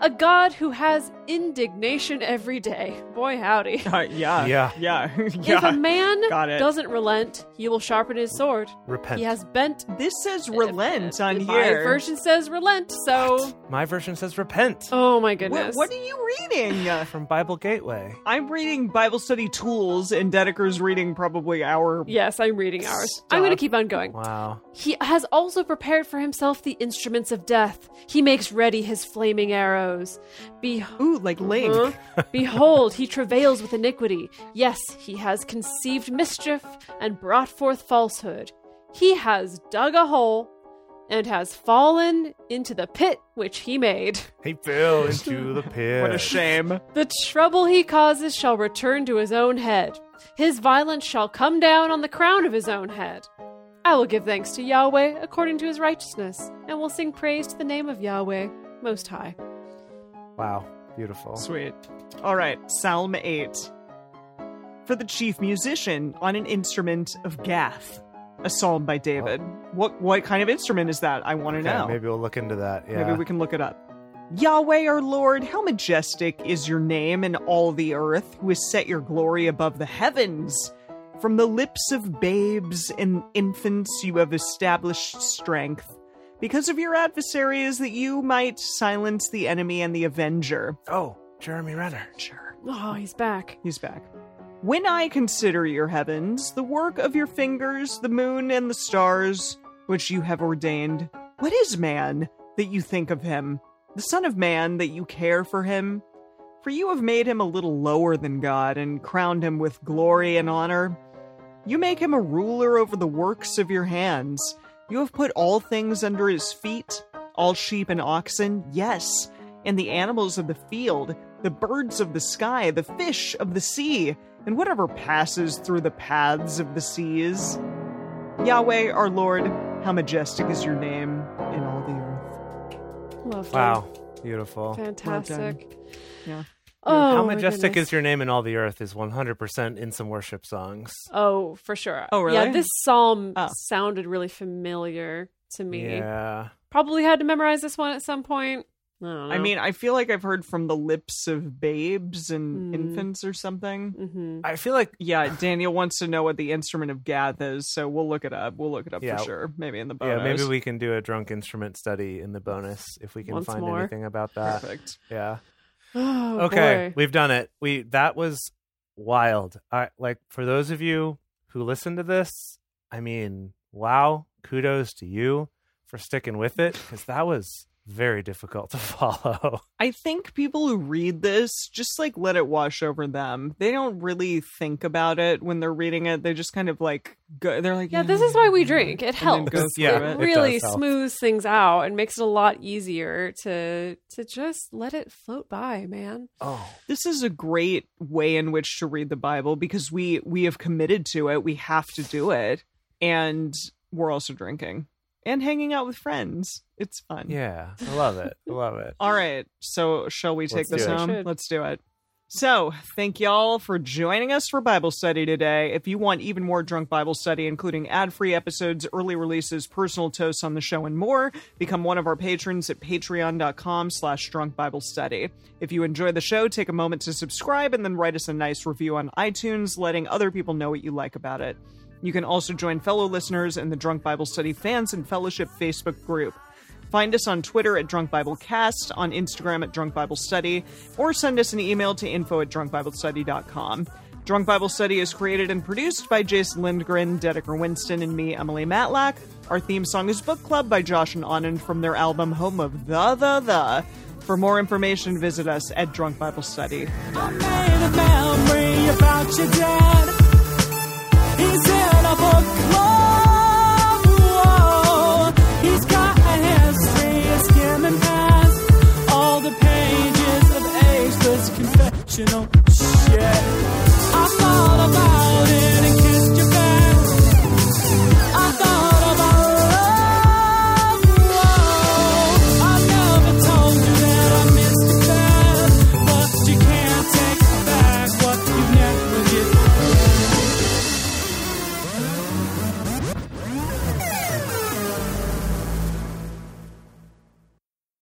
a god who has indignation every day. Boy, howdy.
Uh, yeah.
Yeah.
Yeah.
If a
yeah.
man
Got it.
doesn't relent, he will sharpen his sword.
Repent.
He has bent.
This says relent on
My
here.
version says relent, so.
My version says repent
Oh my
Wh-
goodness.
what, are you reading?
from Bible Gateway.
I'm reading Bible study tools, and Dedeker's reading probably our.
Yes, I'm reading ours. I'm going to keep on going.
Wow.
He has also prepared for himself the instruments of death. He makes ready his flaming arrows. Be-
Ooh, like Link.
Huh? Behold, he travails with iniquity. Yes, he has conceived mischief and brought forth falsehood. He has dug a hole and has fallen into the pit which he made.
He fell into the pit.
What a shame.
The trouble he causes shall return to his own head. His violence shall come down on the crown of his own head. I will give thanks to Yahweh according to his righteousness, and will sing praise to the name of Yahweh Most High.
Wow. Beautiful.
Sweet. All right, Psalm 8. For the chief musician on an instrument of Gath, a psalm by David. What what kind of instrument is that? I want to
Oh. Okay,
know.
Maybe we'll look into that. Yeah.
Maybe we can look it up. Yahweh, our Lord, how majestic is your name in all the earth, who has set your glory above the heavens. From the lips of babes and infants, you have established strength. Because of your adversaries, that you might silence the enemy and the avenger.
Oh, Jeremy Renner.
Sure.
Oh, he's back.
He's back. When I consider your heavens, the work of your fingers, the moon and the stars, which you have ordained, what is man that you think of him? The Son of Man that you care for him? For you have made him a little lower than God and crowned him with glory and honor. You make him a ruler over the works of your hands. You have put all things under his feet, all sheep and oxen, yes, and the animals of the field, the birds of the sky, the fish of the sea, and whatever passes through the paths of the seas. Yahweh, our Lord, how majestic is your name in all the earth.
Lovely.
Wow. Beautiful.
Fantastic.
Yeah.
Oh,
How
my
majestic
goodness.
is your name in all the earth is 100% in some worship songs.
Oh, for sure.
Oh,
Yeah,
really?
this psalm
Oh.
sounded really familiar to me.
Yeah.
Probably had to memorize this one at some point. I don't know.
I mean, I feel like I've heard from the lips of babes and
Mm.
infants or something.
hmm
I feel like
Yeah, Daniel wants to know what the instrument of Gath is, so we'll look it up. We'll look it up
Yeah.
for sure. Maybe in the
yeah,
bonus.
maybe we can do a drunk instrument study in the bonus if we can
Once
find
more.
anything about that.
Perfect.
Yeah.
Oh,
okay,
boy.
we've done it. We that was wild. I like for those of you who listen to this, I mean, wow, kudos to you for sticking with it cuz that was very difficult to follow.
I think people who read this just like let it wash over them. They don't really think about it when they're reading it. They just kind of like go. They're like, "Mm-hmm,"
Yeah, this is why we drink. It
And then
helps.
go
Yeah,
through
it
it
it.
really
does help.
smooths things out and makes it a lot easier to to just let it float by, man.
Oh,
this is a great way in which to read the bible because we we have committed to it we have to do it and we're also drinking and hanging out with friends it's fun
yeah. I love it. I love it.
all right so shall we take
Let's do
this
it.
home
We should.
let's do it so thank y'all for joining us for bible study today if you want even more drunk bible study including ad-free episodes early releases personal toasts on the show and more become one of our patrons at patreon.com slash drunk bible study if you enjoy the show take a moment to subscribe and then write us a nice review on itunes letting other people know what you like about it you can also join fellow listeners in the drunk bible study fans and fellowship facebook group Find us on Twitter at Drunk Bible Cast, on Instagram at Drunk Bible Study, or send us an email to info at drunkbiblestudy.com. Drunk Bible Study is created and produced by Jason Lindgren, Dedeker Winston, and me, Emily Matlack. Our theme song is Book Club by Josh and Anand from their album Home of The The The. For more information, visit us at Drunk Bible Study.
I made a memory about your dad. He's in a book club.